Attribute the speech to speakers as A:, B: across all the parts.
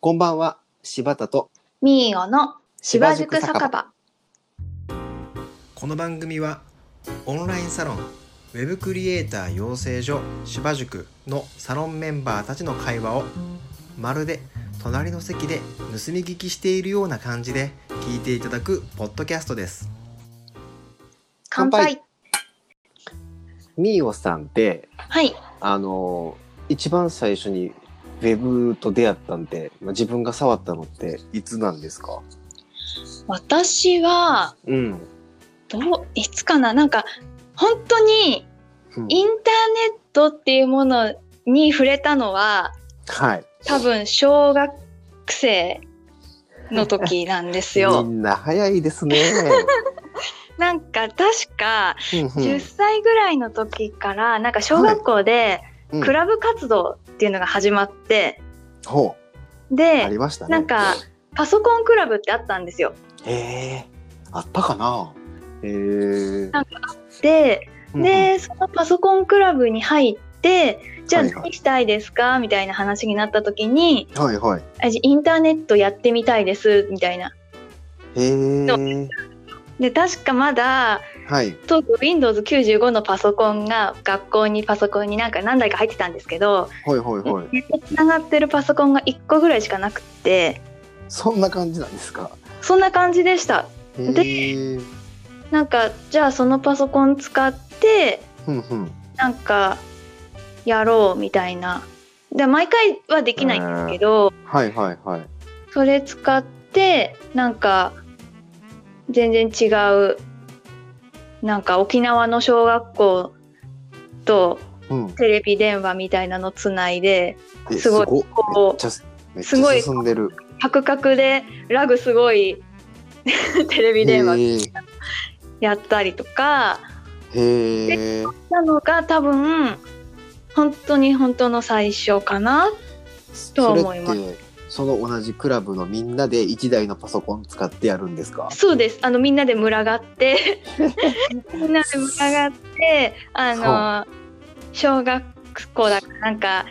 A: こんばんは、柴田と。
B: ミーオの芝塾酒
A: 芝
B: 場。
A: この番組は、オンラインサロン、ウェブクリエイター養成所芝塾のサロンメンバーたちの会話を、まるで隣の席で盗み聞きしているような感じで聞いていただくポッドキャストです。
B: 乾杯。
A: みーおさんって、
B: はい。
A: あの、一番最初にウェブと出会ったんで、まあ、自分が触ったのっていつなんですか
B: 私は、
A: うん。
B: どう、いつかななんか、本当に
A: うん
B: インターネットっていうものに触れたのは、
A: はい。
B: 多分小学生の時なんです
A: み
B: よ。
A: んな早いです ね。
B: なんか確か、
A: うんうん
B: 10歳ぐらいの時から、なんか小学校で
A: うん
B: クラブ活動っていうのが始まって、
A: ほう、あ
B: で
A: り、ましたね。
B: なんか、パソコンクラブってあったんですよ。
A: へえ、あったかな。へえ。
B: なんで、
A: うんうん、
B: でそのパソコンクラブに入ってじゃあ
A: はいはい
B: 何したいですかみたいな話になった時に
A: はいはい。
B: あじゃあインターネットやってみたいですみたいな
A: へえ。
B: で確かまだ
A: はい。
B: 当時 Windows95 のパソコンが学校にパソコンになんか何台か入ってたんですけど
A: ほいほいほい。
B: ネットつながってるパソコンが1個ぐらいしかなくって
A: そんな感じなんですか。
B: そんな感じでした
A: へえ。
B: なんかじゃあそのパソコン使って
A: ふんふん。
B: なんかやろうみたいなで毎回はできないんですけど、
A: はいはいはい。
B: それ使ってなんか全然違うなんか沖縄の小学校と
A: うん。
B: テレビ電話みたいなのつないで
A: え
B: すごい
A: めっ
B: こう
A: ちゃ。めっ
B: すご
A: ちゃ
B: い
A: 進んでる。
B: カクカクでラグすごい テレビ電話
A: へえ
B: やったりとか
A: へえ。
B: なのが多分本当に本当の最初かなとは
A: それ
B: 思い
A: っ
B: ます
A: てその同じクラブのみんなで一台のパソコン使ってやるんですか。
B: そうですあのみんなで群がって みんなで群がってあの小学校だからなんか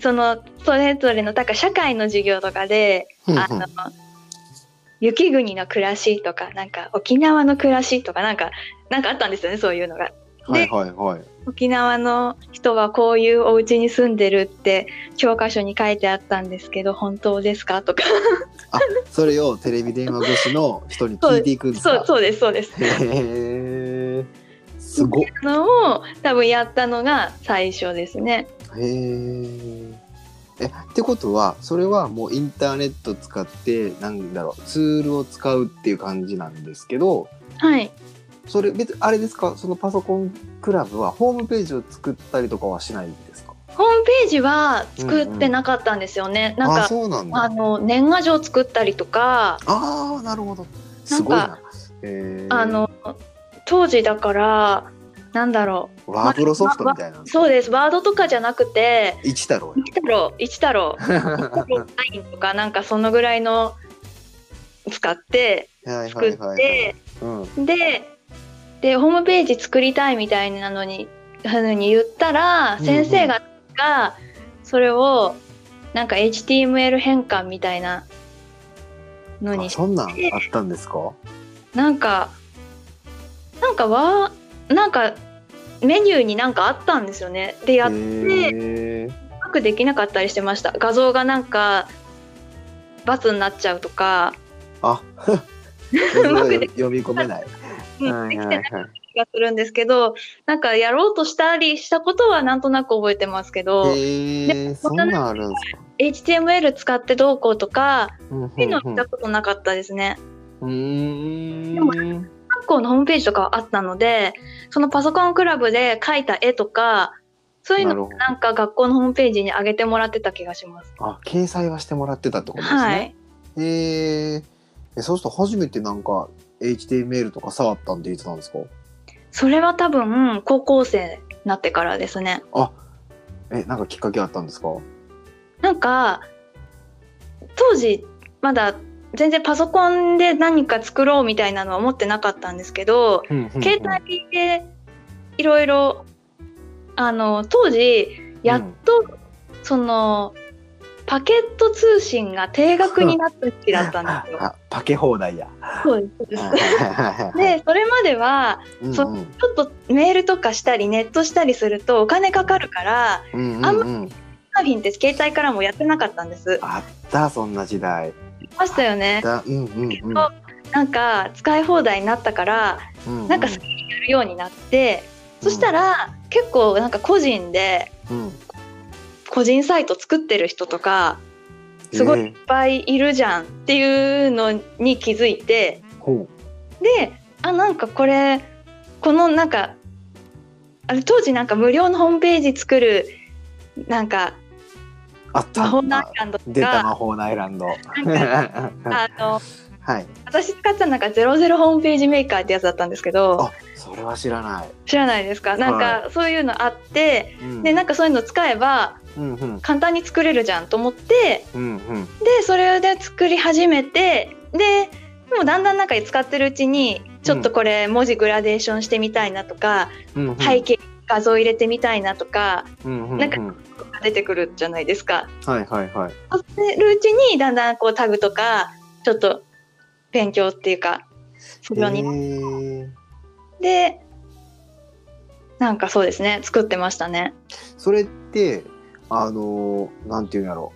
B: そのそれぞれのなんか社会の授業とかで
A: ふん
B: あ
A: ふん
B: の雪国の暮らしとかなんか沖縄の暮らしとかなんかなんかあったんですよねそういうのが。
A: はいはいはい。
B: 沖縄の人はこういうお家に住んでるって教科書に書いてあったんですけど本当ですかとか
A: あ、それをテレビ電話越しの人に聞いていくんですか。
B: そうそうですそうです。
A: へえ。すごっ。へ
B: のを多分やったのが最初ですね。
A: え。え、ってことは、それはもうインターネット使って、なんだろう、ツールを使うっていう感じなんですけど、
B: はい。
A: それ別、あれですか、そのパソコンクラブはホームページを作ったりとかはしないんですか
B: ホームページは作ってなかったんですよね。なん
A: あ、
B: か
A: そうなんだ。
B: あの年賀状作ったりとか、
A: ああ、なるほど。すごいな。え
B: あの当時だからなんだろ
A: ワープロソフトみたいな
B: う。そうですワードとかじゃなくて
A: 一太 郎や。
B: 一太郎一太郎 ラインとかなんかそのぐらいの使って
A: はいは
B: 作
A: い
B: って、
A: はい。うん。
B: ででホームページ作りたいみたいなのにふうに言ったら
A: うん
B: 先生ががそれをなんか HTML 変換みたいなのに
A: あそんなんあったんですか
B: なんかなんかわなんかメニューになんかあったんですよねでやっ
A: へー
B: うまくできなかったりしてました画像がなんかバツになっちゃうとか
A: あ、
B: うまくで
A: 読み込めない。
B: うんできてない
A: はい。
B: 気がするんですけどなんかやろうとしたりしたことはなんとなく覚えてますけど。
A: へえ、そんなんあるんですか。
B: HTML 使ってどうこうとか、
A: うんうん
B: そういうのは見たことなかったですね。
A: うん
B: で
A: う
B: も
A: ーん。
B: 学校のホームページとかはあったので、そのパソコンクラブで描いた絵とか、そうい
A: な
B: うの
A: るほ
B: も
A: ど。
B: なんか学校のホームページに上げてもらってた気がします。
A: あ、掲載はしてもらってたってことですね。
B: はい。
A: へーえ。そうすると初めてなんか HTML とか触ったんでいつなんですか。
B: それは多分高校生になってからですね。
A: え、なんかきっかけあったんですか。
B: なんか、当時まだ全然パソコンで何か作ろうみたいなのは思ってなかったんですけど、携帯でいろいろあの当時やっと、そのパケット通信が定額になった時だったんですよ。
A: あパケ放題や。
B: そうですそうです
A: はいはいはいはい
B: でそれまでは
A: うん
B: そ
A: うん
B: ちょっとメールとかしたりネットしたりするとお金かかるから
A: うんうん
B: あん
A: うん
B: サーフィンって携帯からもやってなかったんです。
A: あったそんな時代。
B: ましたよね。
A: だうんうんうん
B: そなんか使い放題になったから
A: うんうん。
B: なんか好きにやるようになって、そしたら結構なんか個人で
A: うん
B: 個人サイト作ってる人とかすごい
A: えー
B: いっぱいいるじゃんっていうのに気づいて
A: ほ
B: であなんかこれこのなんかあれ当時なんか無料のホームページ作るなんか
A: うあった。
B: 魔法のアイランドと
A: 出た魔
B: か
A: 法のアイランド。
B: あの
A: はい。
B: 私使ってたのがゼロゼロホームページメーカーってやつだったんですけど
A: あ、それは知らない。
B: 知らないですかなんかそういうのあって、
A: うん
B: でなんかそういうの使えば
A: うんうん
B: 簡単に作れるじゃんと思って
A: うんうん。
B: でそれで作り始めてででもだんだんなんか使ってるうちにちょっとこれ文字グラデーションしてみたいなとか、
A: うんうん
B: 背景に画像入れてみたいなとか
A: うんうん
B: なんか
A: うん
B: 出てくるじゃないですか。
A: はいはいはい。
B: そうするうちにだんだんこうタグとかちょっと勉強っていうかするようになっ
A: えー
B: て、なんかそうですね作ってましたね。
A: それってあのーなんていうんやろ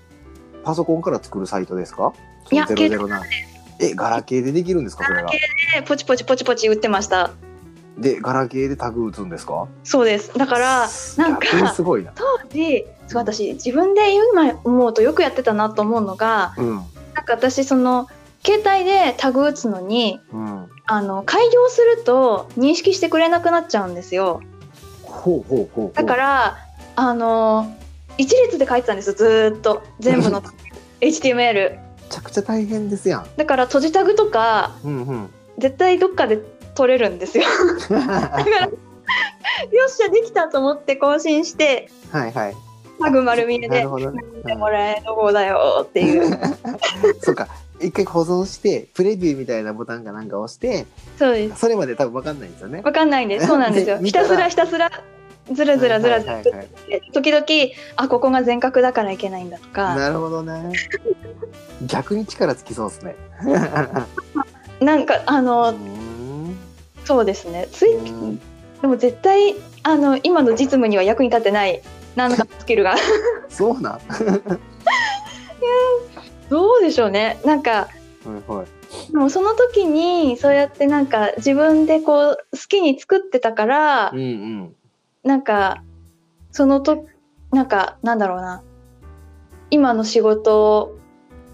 A: う。パソコンから作るサイトですか？
B: いや
A: その009え、ガラケーでできるんですか？それが。
B: でポチポチポチポチ打ってました。
A: で、ガラケーでタグ打つんですか？
B: そうですだからなんか
A: 逆にすごいな。
B: 当時そう私自分で今思うとよくやってたなと思うのが
A: うん
B: なんか私その携帯でタグ打つのに
A: うん。
B: あの開業すると認識してくれなくなっちゃうんですよ
A: ほうほうほうほう。
B: だからあの一列で書いてたんですずーっと全部の HTML
A: めちゃくちゃ大変ですやん。
B: だから閉じタグとか
A: うんうん。
B: 絶対どっかで取れる んですよだからよっしゃできたと思って更新して
A: はいはい。
B: タグ丸見え
A: な
B: で
A: るほどね。
B: 「もらえの方だよ」っていう
A: そうか。一回保存して、プレビューみたいなボタンかなんか押して、
B: そうです
A: それまで多分わかんないんですよね。
B: わかんないんです。そうなんですよ。
A: で見
B: ひ
A: たら
B: たすらひたすら。ずらずらずらずら
A: はいはいはい
B: 時々あここが全角だからいけないんだとか
A: なるほどね。逆に力つきそうですね。
B: なんかあ
A: う
B: の
A: ーん
B: そうですねつい
A: うん
B: でも絶対あの今の実務には役に立てないなんかスキ ルが
A: そうなん。
B: どうでしょうねなんか
A: はいはい。
B: でもその時にそうやってなんか自分でこう好きに作ってたから
A: うんうん。
B: なんかそのとなんかなんだろうな今の仕事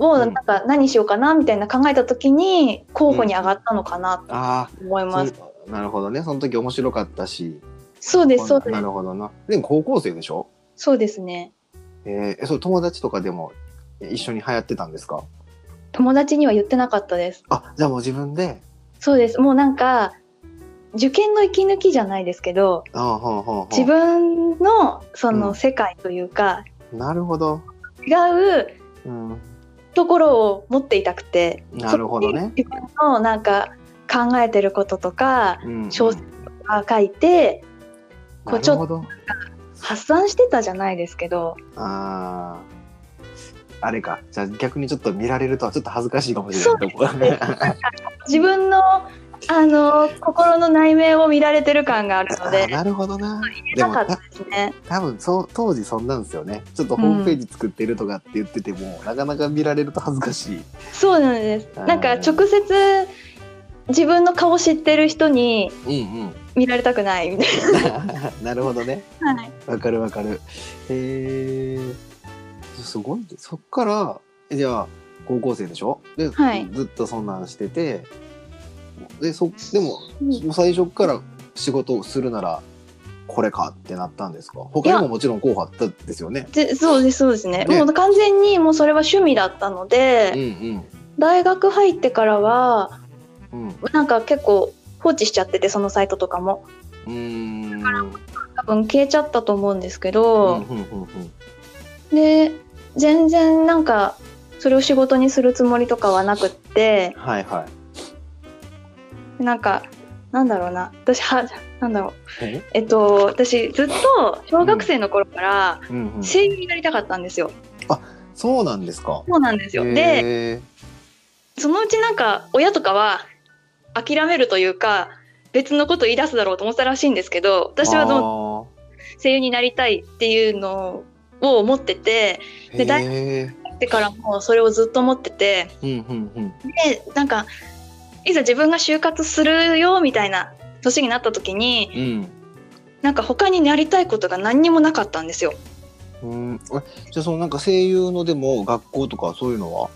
B: を
A: う
B: なんんか何しようかなみたいな考えた時に候補に上がったのかな
A: あ
B: と思い
A: あ、
B: ます。
A: そうなるほどね。その時面白かったし。
B: そうですそうで
A: な
B: す
A: るほどな。でも高校生でしょ。
B: そうですね。
A: えー、えそう友達とかでも一緒に流行ってたんですか。
B: 友達には言ってなかったです。
A: あ、じゃあもう自分で。
B: そうです。もうなんか受験の息抜きじゃないですけど、
A: ああ、ほうほうほう。
B: 自分のそうの
A: ん
B: 世界というか、
A: なるほど。
B: 違う
A: うん。
B: ところを持っていたくて、
A: なるほどね
B: そこに自分のなんか考えてることとか、
A: うん
B: 小説とか書いてこうちょっと
A: なるほど
B: 発散してたじゃないですけど
A: あーあれかじゃあ逆にちょっと見られるとはちょっと恥ずかしいかもしれ
B: そ
A: な
B: う
A: いとこ
B: 自分のあの心の内面を見られてる感があるの
A: あー
B: で
A: なるほどなで
B: な
A: も
B: かった
A: た
B: ですね。
A: 多分そう当時そんなんですよねちょっとホームページ作ってるとかって言ってても、なかなか見られると恥ずかしい
B: そうなんです。
A: あー
B: なんか直接自分の顔知ってる人に
A: うんうん
B: 見られたくないみた い
A: なるほどね
B: な。はい、
A: わかるわかるへえすごいねそっからえじゃあ高校生でしょで、
B: はい
A: ずっとそんなんしててでそでももう最初から仕事をするならこれかってなったんですか他にももちろん候補あったんですよね。
B: でそうですそうですね
A: ね
B: もう完全にもうそれは趣味だったので、
A: うん
B: 大学入ってからは
A: うんうん
B: なんか結構放置しちゃっててそのサイトとかも
A: うーんうん
B: 多分消えちゃったと思うんですけ
A: う
B: ど、
A: んうんうん
B: で全然なんかそれを仕事にするつもりとかはなくって
A: はいはい。
B: なんかなんだろうな私はなんだろう
A: え
B: えっと私ずっと小学生の頃から
A: うんうん、
B: 声優になりたかったんですよ。
A: そうなんですか。
B: そうなんですよ。で、
A: へ
B: そのうちなんか親とかは諦めるというか別のこと言い出すだろうと思ってたらしいんですけど
A: ー
B: 私はどう
A: あ
B: 声優になりたいっていうのを思ってて
A: ー
B: で大
A: へー
B: だからもうそれをずっと思ってて
A: うんうんうん。
B: でなんかいざ自分が就活するよみたいな年になった時に
A: うん。
B: なんか他になりたいことが何にもなかったんですよ。
A: うん、えじゃあそのなんか声優のでも学校とかそういうのは、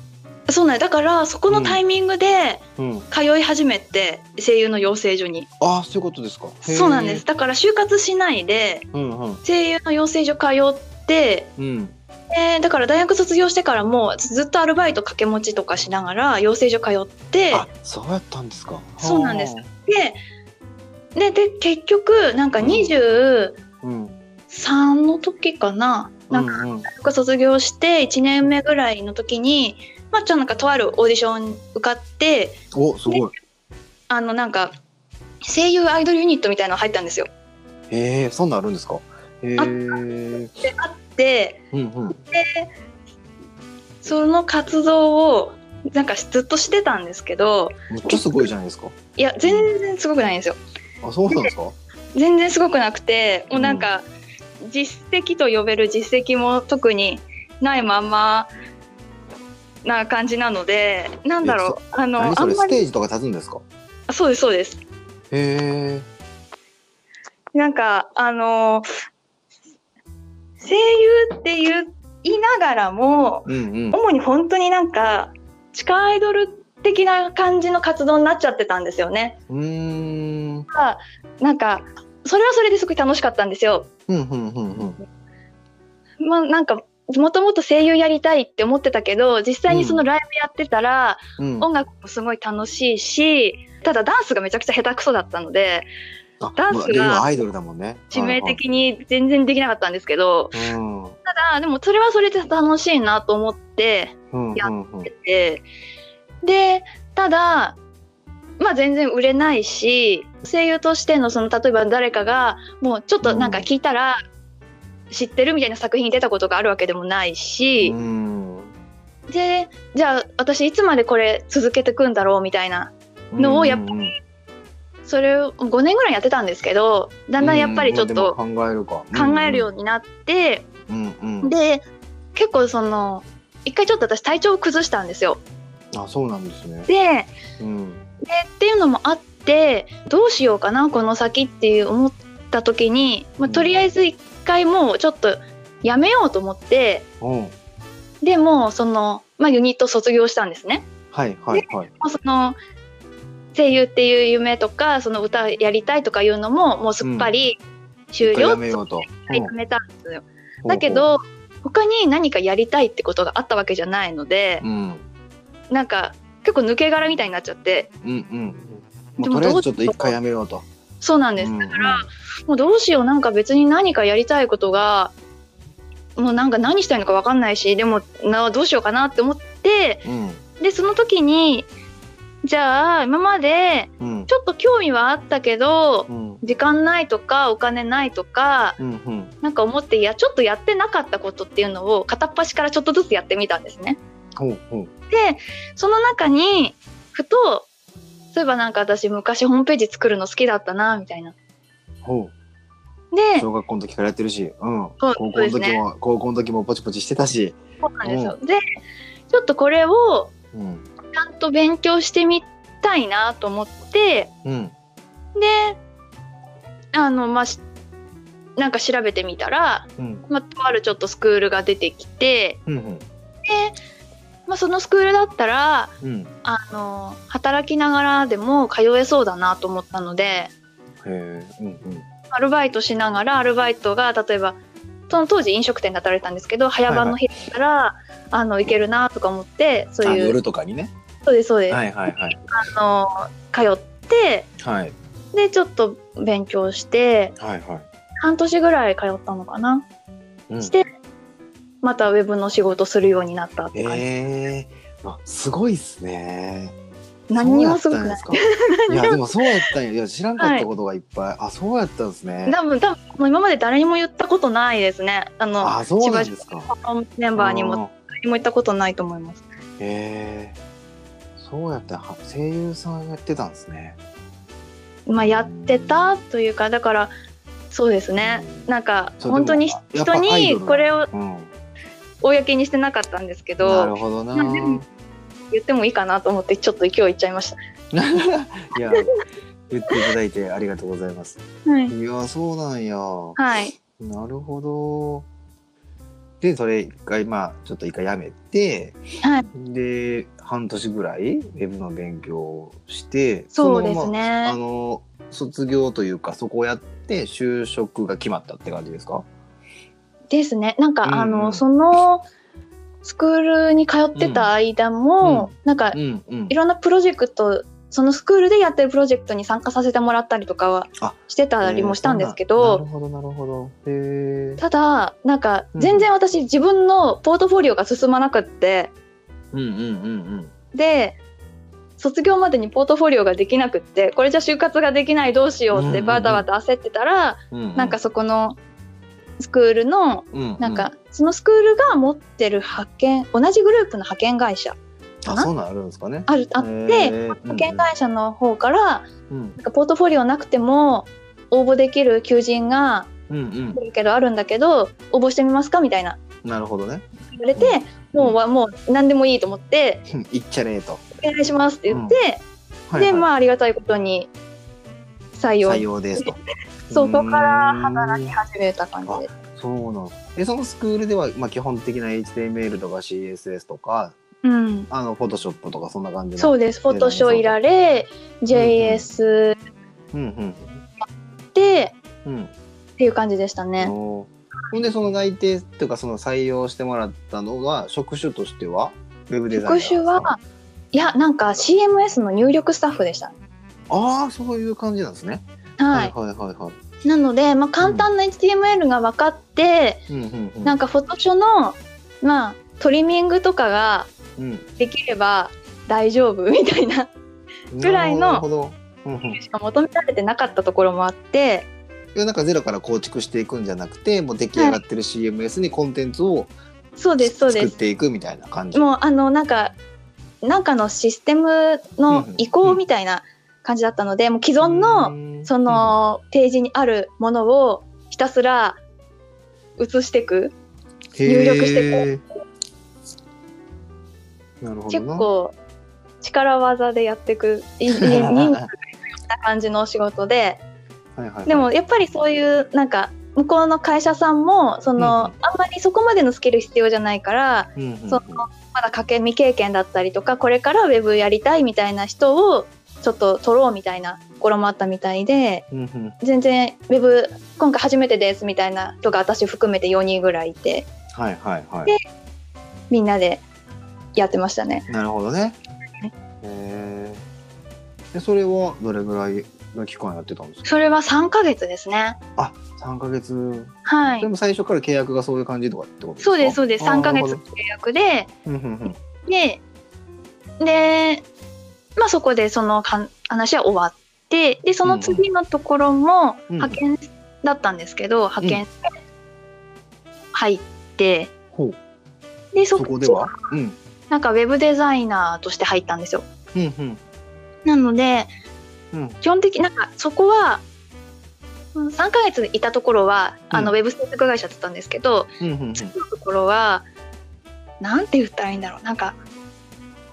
B: そうなんだからそこのタイミングで
A: うん、
B: 通い始めて、声優の養成所に
A: ああそういうことですかへー
B: そうなんですだから就活しないで
A: うんうん
B: 声優の養成所通って、
A: うん
B: えーだから大学卒業してからもずっとアルバイト掛け持ちとかしながら養成所通って
A: あそうやったんですか
B: そうなんです
A: は
B: ででで結局なんか
A: うんあ
B: 23
A: うん
B: の時かななんか
A: うんうん
B: 大学卒業して1年目ぐらいの時にまあちょっとなんかとあるオーディション受かって
A: おすごい
B: あのなんか声優アイドルユニットみたいなの入ったんですよ。
A: へえそんなんあるんですかへえうん
B: であって
A: うん
B: その活動をなんかずっとしてたんですけど
A: めっちゃすごいじゃないですか
B: いや全然すごくないんですよ。
A: あそうなん ですか
B: 全然すごくなくてもうなんか実績と呼べる実績も特にないまんまな感じなのでなんだろうあの
A: 何
B: あ
A: そ
B: ん
A: れ
B: ま
A: ス
B: り
A: テージとか立つんですか
B: あそうですそうです
A: へえ
B: なんかあの声優っていう言いながらも
A: うんうん
B: 主に本当になんか地下アイドル的な感じの活動になっちゃってたんですよね。
A: うーん
B: なんかそれはそれですごい楽しかったんですよ。
A: うんうんうんうん
B: まあなんかもともと声優やりたいって思ってたけど実際にそのライブやってたら、
A: うん
B: 音楽もすごい楽しいしただダンスがめちゃくちゃ下手くそだったので
A: あ
B: ダンス
A: ほ
B: が
A: ら理由はアイドルだもんね
B: 致命的に全然できなかったんですけど
A: うんうん
B: ただでもそれはそれで楽しいなと思って
A: うんうんうん
B: ででただまあ全然売れないし声優としてのその例えば誰かがもうちょっとなんか聞いたら知ってるみたいな作品に出たことがあるわけでもないし。
A: うん
B: でじゃあ私いつまでこれ続けてくんだろうみたいなのをやっ
A: ぱり
B: それを5年ぐらいやってたんですけどだんだんやっぱりちょっと
A: うんうんまあでも考えるか
B: 考えるようになって、
A: うんうん
B: で結構その一回ちょっと私体調を崩したんですよ。
A: あそうなんですね
B: で
A: うん
B: でっていうのもあってどうしようかなこの先っていう思った時に、まあ、とりあえず一回もうちょっとやめようと思って
A: うん
B: でもうその、まあ、ユニット卒業したんですね。
A: はいはいはい
B: もうその声優っていう夢とかその歌やりたいとかいうのももうすっかり終
A: 一回
B: 了
A: や
B: と
A: めようと
B: やめたんですよ、
A: うん
B: だけど他に何かやりたいってことがあったわけじゃないので
A: う、ん
B: なんか結構抜け殻みたいになっちゃって
A: うんうんも
B: で
A: う
B: も
A: とりあえずちょっ
B: ど
A: と
B: う
A: 一回やめようと
B: そうなんです、
A: うんうん
B: もうどうしようなんか別に何かやりたいことがもうなんか何したいのか分かんないしでもなどうしようかなって思って
A: うん
B: でその時にじゃあ今まで
A: うん
B: ちょっと興味はあったけど
A: うん
B: 時間ないとかお金ないとか
A: うんうん
B: なんか思っていやちょっとやってなかったことっていうのを片っ端からちょっとずつやってみたんですね。
A: ほうほう
B: でその中にふとそういえばなんか私昔ホームページ作るの好きだったなみたいな。
A: ほう
B: で
A: 小学校の時からやってるしうん
B: そ
A: 高
B: うそう
A: 校の
B: です
A: 時
B: ね
A: も高校の時もポチポチしてたし
B: そうなんですよ。でちょっとこれを
A: うん
B: ちゃんと勉強してみたいなと思って
A: うん
B: であのまあしなんか調べてみたら、
A: うん
B: まあ、とあるちょっとスクールが出てきて、
A: うんうん
B: まあ、そのスクールだったら
A: うん
B: あの働きながらでも通えそうだなと思ったので
A: へえうんうん
B: アルバイトしながらアルバイトが例えばその当時飲食店で働いてたんですけど早番の日だったら、あの行けるなとか思ってそう
A: あ
B: いう
A: 夜とかにね
B: そうですそうです、
A: はいはいはい
B: あの通って
A: はい
B: でちょっと勉強して
A: はいはい
B: 半年ぐらい通ったのかな、
A: うん
B: してまたウェブの仕事するようになったって感じ、
A: ええあすごいっすね。
B: 何にもすごく
A: そうや
B: な
A: っ
B: い
A: たんですか。いやでもそうやったんや。いや知らんかったことがいっぱい。あそうやったんですね。
B: 多分多分もう今まで誰にも言ったことないですねあの
A: あそうなんですか。
B: メンバーにもにも行ったことないと思います。
A: ええそうやっては声優さんやってたんですね。
B: まあやってたというかだからそうですねなんか
A: そう
B: 本当に
A: でもやっぱ
B: 人
A: アイドル
B: にこれを
A: うん。
B: 公にしてなかったんですけ
A: なる
B: ど
A: ほどな。
B: まあ でも言ってもいいかなと思ってちょっと勢いいっちゃいまし
A: いや、言っていただいてありがとうございます。
B: た。はい、
A: いや、そうなんや。
B: はい、
A: なるほど。で、それ一回、まあ、ちょっと一回やめて、
B: はい
A: で、半年ぐらい、ウェブの勉強をして、
B: そうです
A: のままあ
B: ね
A: の、卒業というか、そこをやって、就職が決まったって感じですか
B: ですねなんか、
A: うんうん
B: あのそのスクールに通ってた間も、なんか
A: うんうん
B: い。ろんなプロジェクトそのスクールでやってるプロジェクトに参加させてもらったりとかは
A: あ
B: してたりもしたんですけど、
A: えーそうなんなるほど、なるほど。へえ。
B: ただなんか
A: うん
B: 全然私自分のポートフォリオが進まなくって
A: うんうんうん
B: で卒業までにポートフォリオができなくってこれじゃ就活ができないどうしよう
A: う
B: っ
A: んうんう
B: て
A: ん
B: バタバタ焦ってたら、
A: うん。う
B: なんか、そこのスクールの
A: うう
B: なんか、そのスクールが持ってる派遣同じグループの派遣会社か
A: あ、
B: な
A: そうなんあるんですかね。
B: あるあって、
A: へー
B: 派遣会社の方から
A: うん
B: なんかポートフォリオなくても応募できる求人が
A: うんうん。
B: 来るけどあるんだけど応募してみますかみたいな
A: なるほどね。
B: 言われて、
A: うん
B: もうわもう何でもいいと思って
A: うんいっちゃねえと。
B: 「お願いします」って言って、
A: はい
B: で
A: はい
B: まあありがたいことに採用
A: 採用ですと。
B: そうそこから働
A: き
B: 始めた感じで
A: そうなの。で、そのスクールでは、まあ、基本的な HTML とか CSS とか、
B: うん、
A: あの、Photoshop とかそんな感じの。
B: そうですフォトショーいられ JS
A: うん
B: で、
A: うん。うん。
B: っていう感じでしたね。
A: おーほんで、その内定というか、その採用してもらったのは、職種としては、ウェブデザイナー
B: 職
A: ですか
B: 種はいやなんか CMS の入力スタッフでした。
A: ああ、そういう感じなんですね。
B: はい、
A: はいはいはい。
B: なので、まあ、簡単な HTML が分かって、
A: うんうんうん。
B: なん
A: か、
B: かフォトショーの、まあ、トリミングとかが
A: うん、
B: できれば大丈夫 みたいなぐらいの
A: なるほど。うんうん。
B: しか求められてなかったところもあって
A: いやなんかゼロから構築していくんじゃなくてもう出来上がってる CMS にコンテンツを
B: そうですそう
A: 作
B: で
A: っ
B: す
A: ていくみたいな感じ。
B: もうあのなんかなんかのシステムの移行みたいな感じだったので、もう既存の
A: の
B: そ、のページにあるものをひたすら写していく入力して
A: く。なるほど
B: 結
A: な。
B: 構力技でやっていく いい人数がいった感じのお仕事で。
A: はいはいはい
B: でもやっぱりそういうなんか向こうの会社さんもその、
A: うん
B: あんまりそこまでのスキル必要じゃないから
A: うんうんうん
B: そのまだかけ未経験だったりとかこれからウェブやりたいみたいな人をちょっと取ろうみたいなところもあったみたいで
A: うんうん
B: 全然ウェブ今回初めてですみたいな人が私含めて4人ぐらいいて
A: はいはいは
B: みんなでやってましたね。
A: い。なるほどね。へーでそれはどれぐらいの期間やってたんですか。
B: それは3ヶ月ですね。
A: あ、三ヶ月。
B: は
A: で
B: い。
A: も最初から契約がそういう感じとかってことですか。
B: そうですそうです
A: あー
B: 3ヶ
A: な
B: 月
A: る
B: 契約で
A: ほどうんうんうん
B: でで、まあ、そこでそのかん話は終わってでその次のところも
A: うん
B: 派遣だったんですけど、派遣入って
A: ほう。
B: でそ
A: そこでは。うん。
B: なんかウェブデザイナーとして入ったんですよ。
A: うんうん
B: なので
A: うん。
B: 基本的になんかそこはうん3ヶ月いたところはあの、
A: うん
B: ウェブ制作会社だったんですけど
A: うんうんうん
B: 次のところはなんて言ったらいいんだろうなんか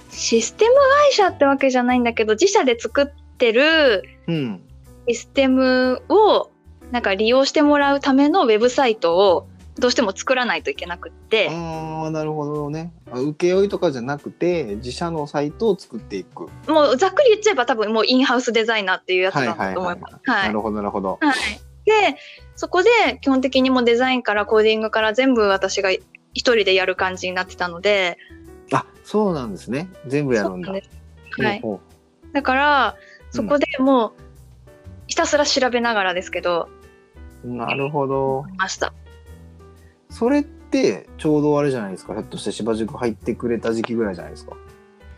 B: システム会社ってわけじゃないんだけど自社で作ってる
A: うん。
B: システムをなんか利用してもらうためのウェブサイトをどうしても作らないといけなくって
A: ああ、なるほどね。あ請負とかじゃなくて、自社のサイトを作っていく。
B: もうざっくり言っちゃえば多分もうインハウスデザイナーっていうやつなんだと思います。は
A: ないるほど、なるほど。
B: はい、でそこで基本的にもうデザインからコーディングから全部私が一人でやる感じになってたので
A: あ、そうなんですね。全部やるん
B: そうな
A: だ
B: ん。ですはい、
A: ほうほ
B: だから
A: う
B: そこでもうひたすら調べながらですけど、
A: うんなるほど。
B: いました
A: それって、ちょうどあれじゃないですか。ひょっとして芝塾入ってくれた時期ぐらいじゃないですか。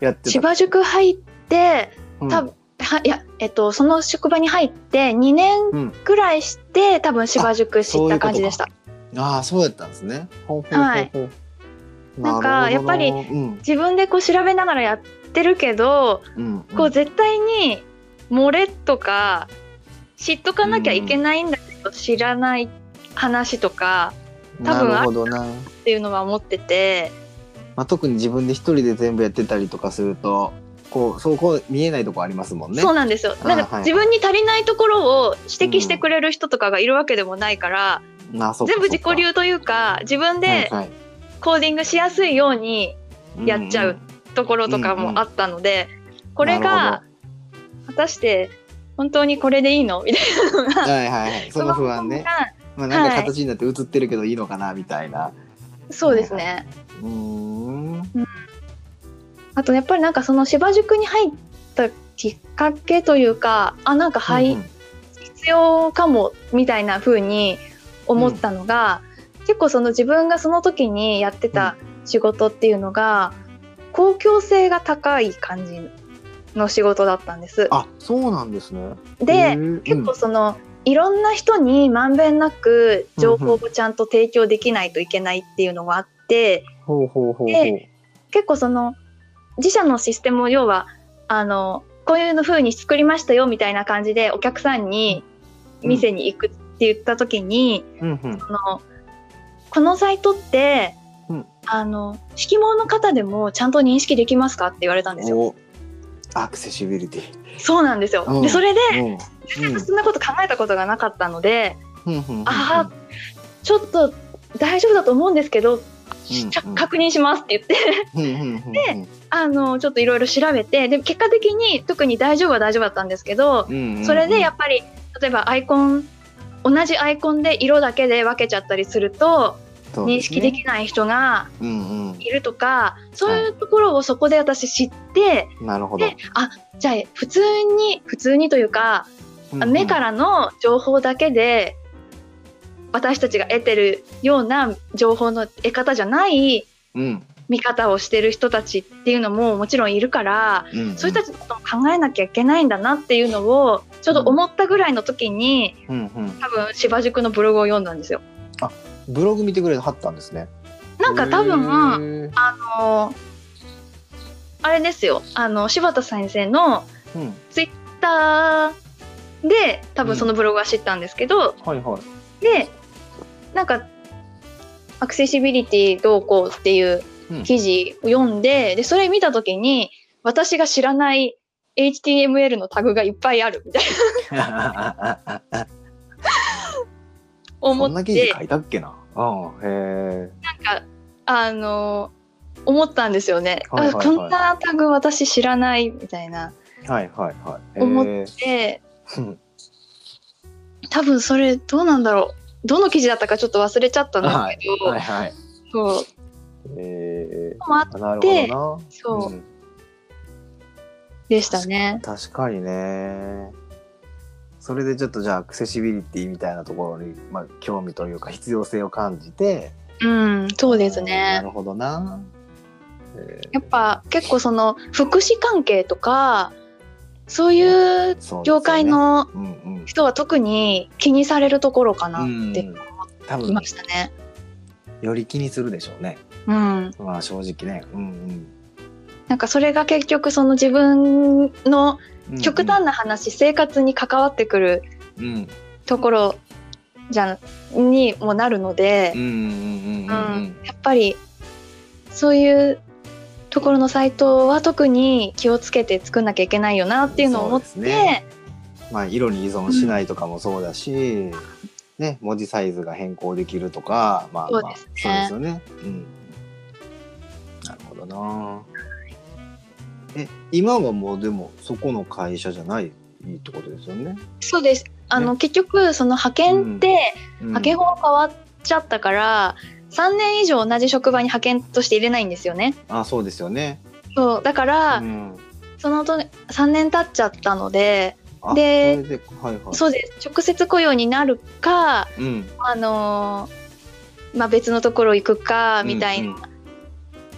A: やってた。
B: 千葉塾入って
A: うん
B: 多分はいやえっとその職場に入って2
A: う
B: 年
A: ん
B: ぐらいして、多分千葉塾知
A: あそうい
B: っ
A: うこと
B: た
A: か
B: 感じでした
A: ああ、そうやったんですね。ほうほうほうほう。
B: なんかやっぱり
A: なるほどうん
B: 自分でこう調べながらやってるけど、
A: うん
B: こう絶対に漏れとか知っとかなきゃいけないんだけど知らない話とか
A: うん
B: 多分
A: なるほどな、
B: っていうのは思ってて
A: まあ、特に自分で一人で全部やってたりとかするとこうそうこう見えないとこありますもんね
B: そうなんですよ
A: あー
B: なん
A: はいは
B: か
A: い
B: 自分に足りないところを指摘してくれる人とかがいるわけでもないから、
A: なあそっか
B: 全部自己流というか自分で
A: はいはい
B: コーディングしやすいようにやっちゃうところとかもあったので、これ
A: な
B: が果たして本当にこれでいいのみたい
A: うんうんはいはいはいその不安
B: な、
A: ね、まあ、なんか形になって映ってるけどいいのかなみたいな、
B: そうですね。
A: うーん
B: あとやっぱりなんかその芝塾に入ったきっかけというかあなんか
A: う
B: 入
A: ん
B: 必要かもみたいな風に思ったのが、結構その自分がその時にやってた仕事っていうのが公共性が高い感じの仕事だったんです。
A: あそうなんですねへ
B: で
A: ーうん
B: 結構そのいろんな人にまんべんなく情報をちゃんと提供できないといけないっていうのがあって、
A: ほうほうほうほう
B: で結構その自社のシステムを要はあのこういうの風に作りましたよみたいな感じでお客さん
A: う
B: に
A: ん
B: 店に行くって言った時に、
A: うんうん
B: あのこのサイトって、
A: うん
B: あの色盲の方でもちゃんと認識できますかって言われたんですよ。
A: おアクセシビリティ
B: そうなんですよ。
A: うん
B: でそれで、
A: うんうん
B: そんなこと考えたことがなかったので
A: うんうんうんうん
B: あちょっと大丈夫だと思うんですけど、ちゃ
A: うんうん
B: 確認しますって言って
A: うんうんうんうん
B: あのちょっといろいろ調べてで結果的に特に大丈夫は大丈夫だったんですけど
A: うんうんうん
B: それでやっぱり例えばアイコン同じアイコンで色だけで分けちゃったりすると
A: そう
B: 認
A: です
B: 識
A: ね
B: できない人が
A: うんう
B: いるとかそういうところをそこで私知って
A: んなるほど
B: であじゃあ普通に普通にというかあ目かららの情報だけで私たちが得てるような情報の得方じゃない
A: うん
B: 見方をしてる人たちっていうのももちろんいるから
A: うんうん
B: そういう人たちのことも考えなきゃいけないんだなっていうのをちょうど思ったぐらいの時に
A: うんうん
B: 多分芝塾のブログを読んだんですよ。
A: ブログ見てくれてはったんですね
B: なんか多分
C: 分
B: あのあれですよあの柴田先生の
A: うん
B: ツイッターで多分そのブログは知ったんですけど、
A: はい はい
B: でなんかアクセシビリティどうこうっていう記事を読んで,、でそれ見た時に私が知らない HTML のタグがいっぱいあるみたいな思
A: こ
B: って。
A: んな記事書いたっけなああへえ
B: あの思ったんですよね、
A: はいはいはい
B: あこんなタグ私知らないみたいな
A: はいはいはい
B: 思っ
A: へえ
B: で
A: うん
B: 多分それどうなんだろうどの記事だったかちょっと忘れちゃったんですけど、
A: はいはい
B: そう
A: え
B: もあ
A: ー、なるほどな
B: そう
A: うん
B: でしたね
A: 確かにねそれでちょっとじゃあアクセシビリティみたいなところに、まあ、興味というか必要性を感じて
B: うんそうです
A: な
B: ね
A: るほどな、え
B: やっぱ結構その福祉関係とかそういう
A: ーそうですよね
B: 業界の
A: うんうん
B: 人は特に気にされるところかな
A: う
B: っ
A: ん
B: て
A: 多
B: 思い
A: 分
B: ましたね
A: より気にするでしょうね
B: うん
A: まあ正直ねうん
B: なんかそれが結局その自分の
A: うん
B: 極端な話、生活に関わってくる
A: うんうん
B: ところじゃんにもなるので、
A: うんうんうんうんうん
B: やっぱりそういうところのサイトは特に気をつけて作んなきゃいけないよなっていうのを思っ
A: そ
B: て、
A: うですねまあ色に依存しないとかもそうだし、ね文字サイズが変更できるとかまあまあ
B: そうです
A: そう
B: ね
A: ですよねうんなるほどなえ今はもうでもそこの会社じゃないってことですよね、
B: そうですあの、結局その派遣って
A: うん
B: 派遣法が変わっちゃったから、3年以上同じ職場に派遣として入れないんですよね。
A: あそうですよね
B: そうだから、
A: うん
B: その後3年経っちゃったので、
A: あ
B: で
A: それではいはい
B: そうです直接雇用になるか
A: うん
B: あのーまあ、別のところ行くかみたいな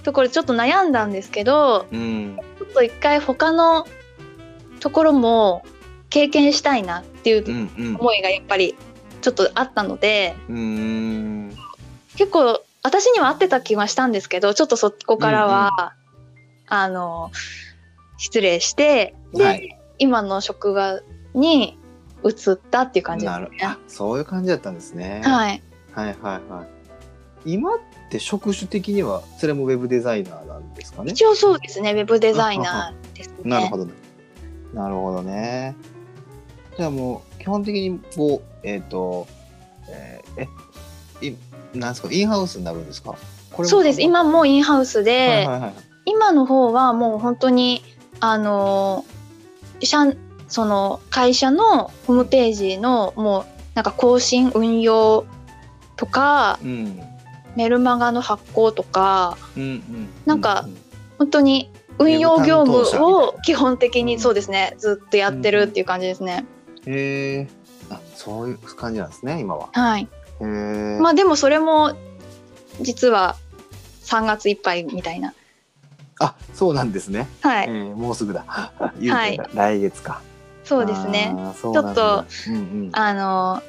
B: ところちょっと悩んだんですけど、
A: うんうん
B: ちょっと一回他のところも経験したいなっていううん
A: うん
B: 思いがやっぱりちょっとあったので
A: うんうん
B: 結構私には合ってた気はしたんですけどちょっとそこからは、あの失礼してで、
A: はい
B: 今の職場に移ったっていう感じで
A: な
B: す
A: る
B: ね。
A: あそういう感じだったんですね、
B: はい、
A: はいはいはい今って職種的にはそれもウェブデザイナーなんですかね
B: 一応そうですねウェブデザイナーですね。
A: なるほどね。なるほどね。じゃあもう基本的にこうえっ、と、えーえいなんですかインハウスになるんですか。こも
B: そうです。今もうインハウスで、
A: はいはいはい
B: 今の方はもう本当にあの社その会社のホームページのもうなんか更新運用とか
A: うん
B: メルマガの発行とか
A: うんうん。
B: なんか
A: うう
B: 本当に運
A: ウェ
B: 用業
A: ブ担当者みたい
B: 務
A: な
B: を基本的
A: う
B: に
A: ん
B: そうですねずっとやってるっていう感じですね。
A: へえ。あそういう感じなんですね今は。
B: はい、
A: へえ。
B: まあでもそれも実は3月いっぱいみたいな。
A: あそうなんですね。
B: は
A: え
B: い、
A: ーもうすぐだ。 言うてた来月か。
B: そうですね。
A: あー。そうなんだうんうん。
B: あの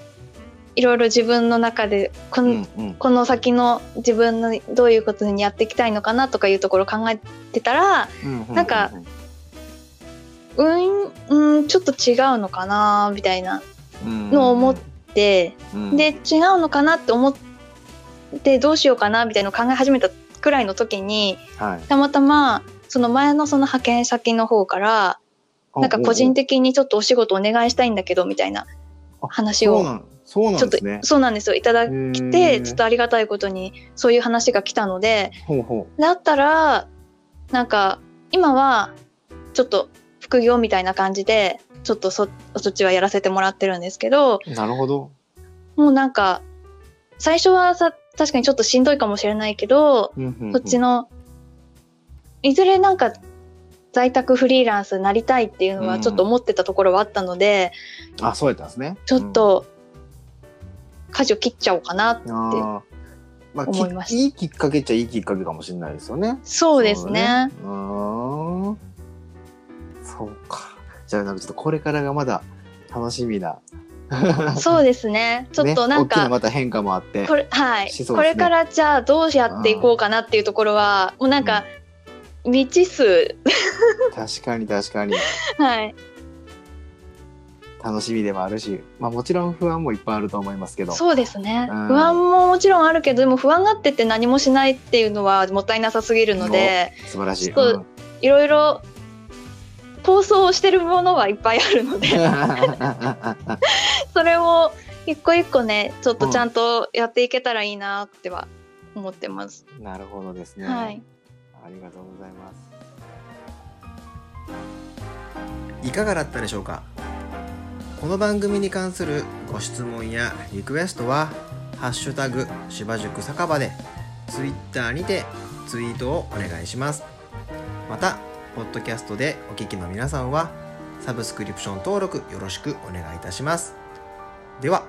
B: いろいろ自分の中でこ
A: うん
B: の
A: うん。
B: この先の自分のどういうことにやっていきたいのかなとかいうところを考えてたら
A: うん
B: なんかうん、うん、ちょっと違うのかなみたいなのを思っで
A: うん
B: で違うのかなって思ってどうしようかなみたいなのを考え始めたくらいの時に
A: はい
B: たまたまその前のその派遣先の方からなんか個人的にちょっとお仕事お願いしたいんだけどみたいな
A: あ
B: 話を
A: そうなんそうなん
B: ちょっ
A: で
B: と
A: すね。
B: そうなんですよいただ
A: へ
B: きて
A: ー
B: ちょっとありがたいことにそういう話が来たので
A: ほうほ
B: だったらなんか今はちょっと副業みたいな感じでちょっとそそっちはやらせてもらってるんですけど
A: う。なるほど。
B: もうなんか最初はさ確かにちょっとしんどいかもしれないけど
A: こ
B: こっちのいずれなんか在宅フリーランスになりたいっていうのはちょっと思ってたところはあったので、
A: あ、そうやったんですね。
B: ちょっと舵を切っちゃおうかな
A: うん。あーまあ、き
B: 思いました
A: いいきっかけっちゃいいきっかけかもしれないですよね。
B: そうですね。
A: そうだうーん。そうか。じゃあ、なんかちょっとこれからがまだ楽しみな。
B: そうですねちょっと
A: ね
B: なん
A: 大き
B: か、
A: なまた変化もあって。
B: これはい、
A: しそうですね
B: これからじゃあどうやっていこうかなっていうところはもうなんか未知数
A: 確かに確かに。
B: はい
A: 楽しみでもあるし、まあもちろん不安もいっぱいあると思いますけど。
B: そうですね
A: うん
B: 不安ももちろんあるけどでも不安がってて何もしないっていうのはもったいなさすぎるので
A: 素晴らしい。
B: ちょっといろいろ構想してるものはいっぱいある の で
A: うん
B: それを一個一個ねちょっとちゃんとやっていけたらいいなっては思ってます。
A: なるほどですね。
B: はい、
A: ありがとうございます。
C: いかがだったでしょうかこの番組に関するご質問やリクエストは「ハッシュタグ芝塾酒場」でツイッターにてツイートをお願いしますまたポッドキャストでお聞きの皆さんはサブスクリプション登録よろしくお願いいたしますでは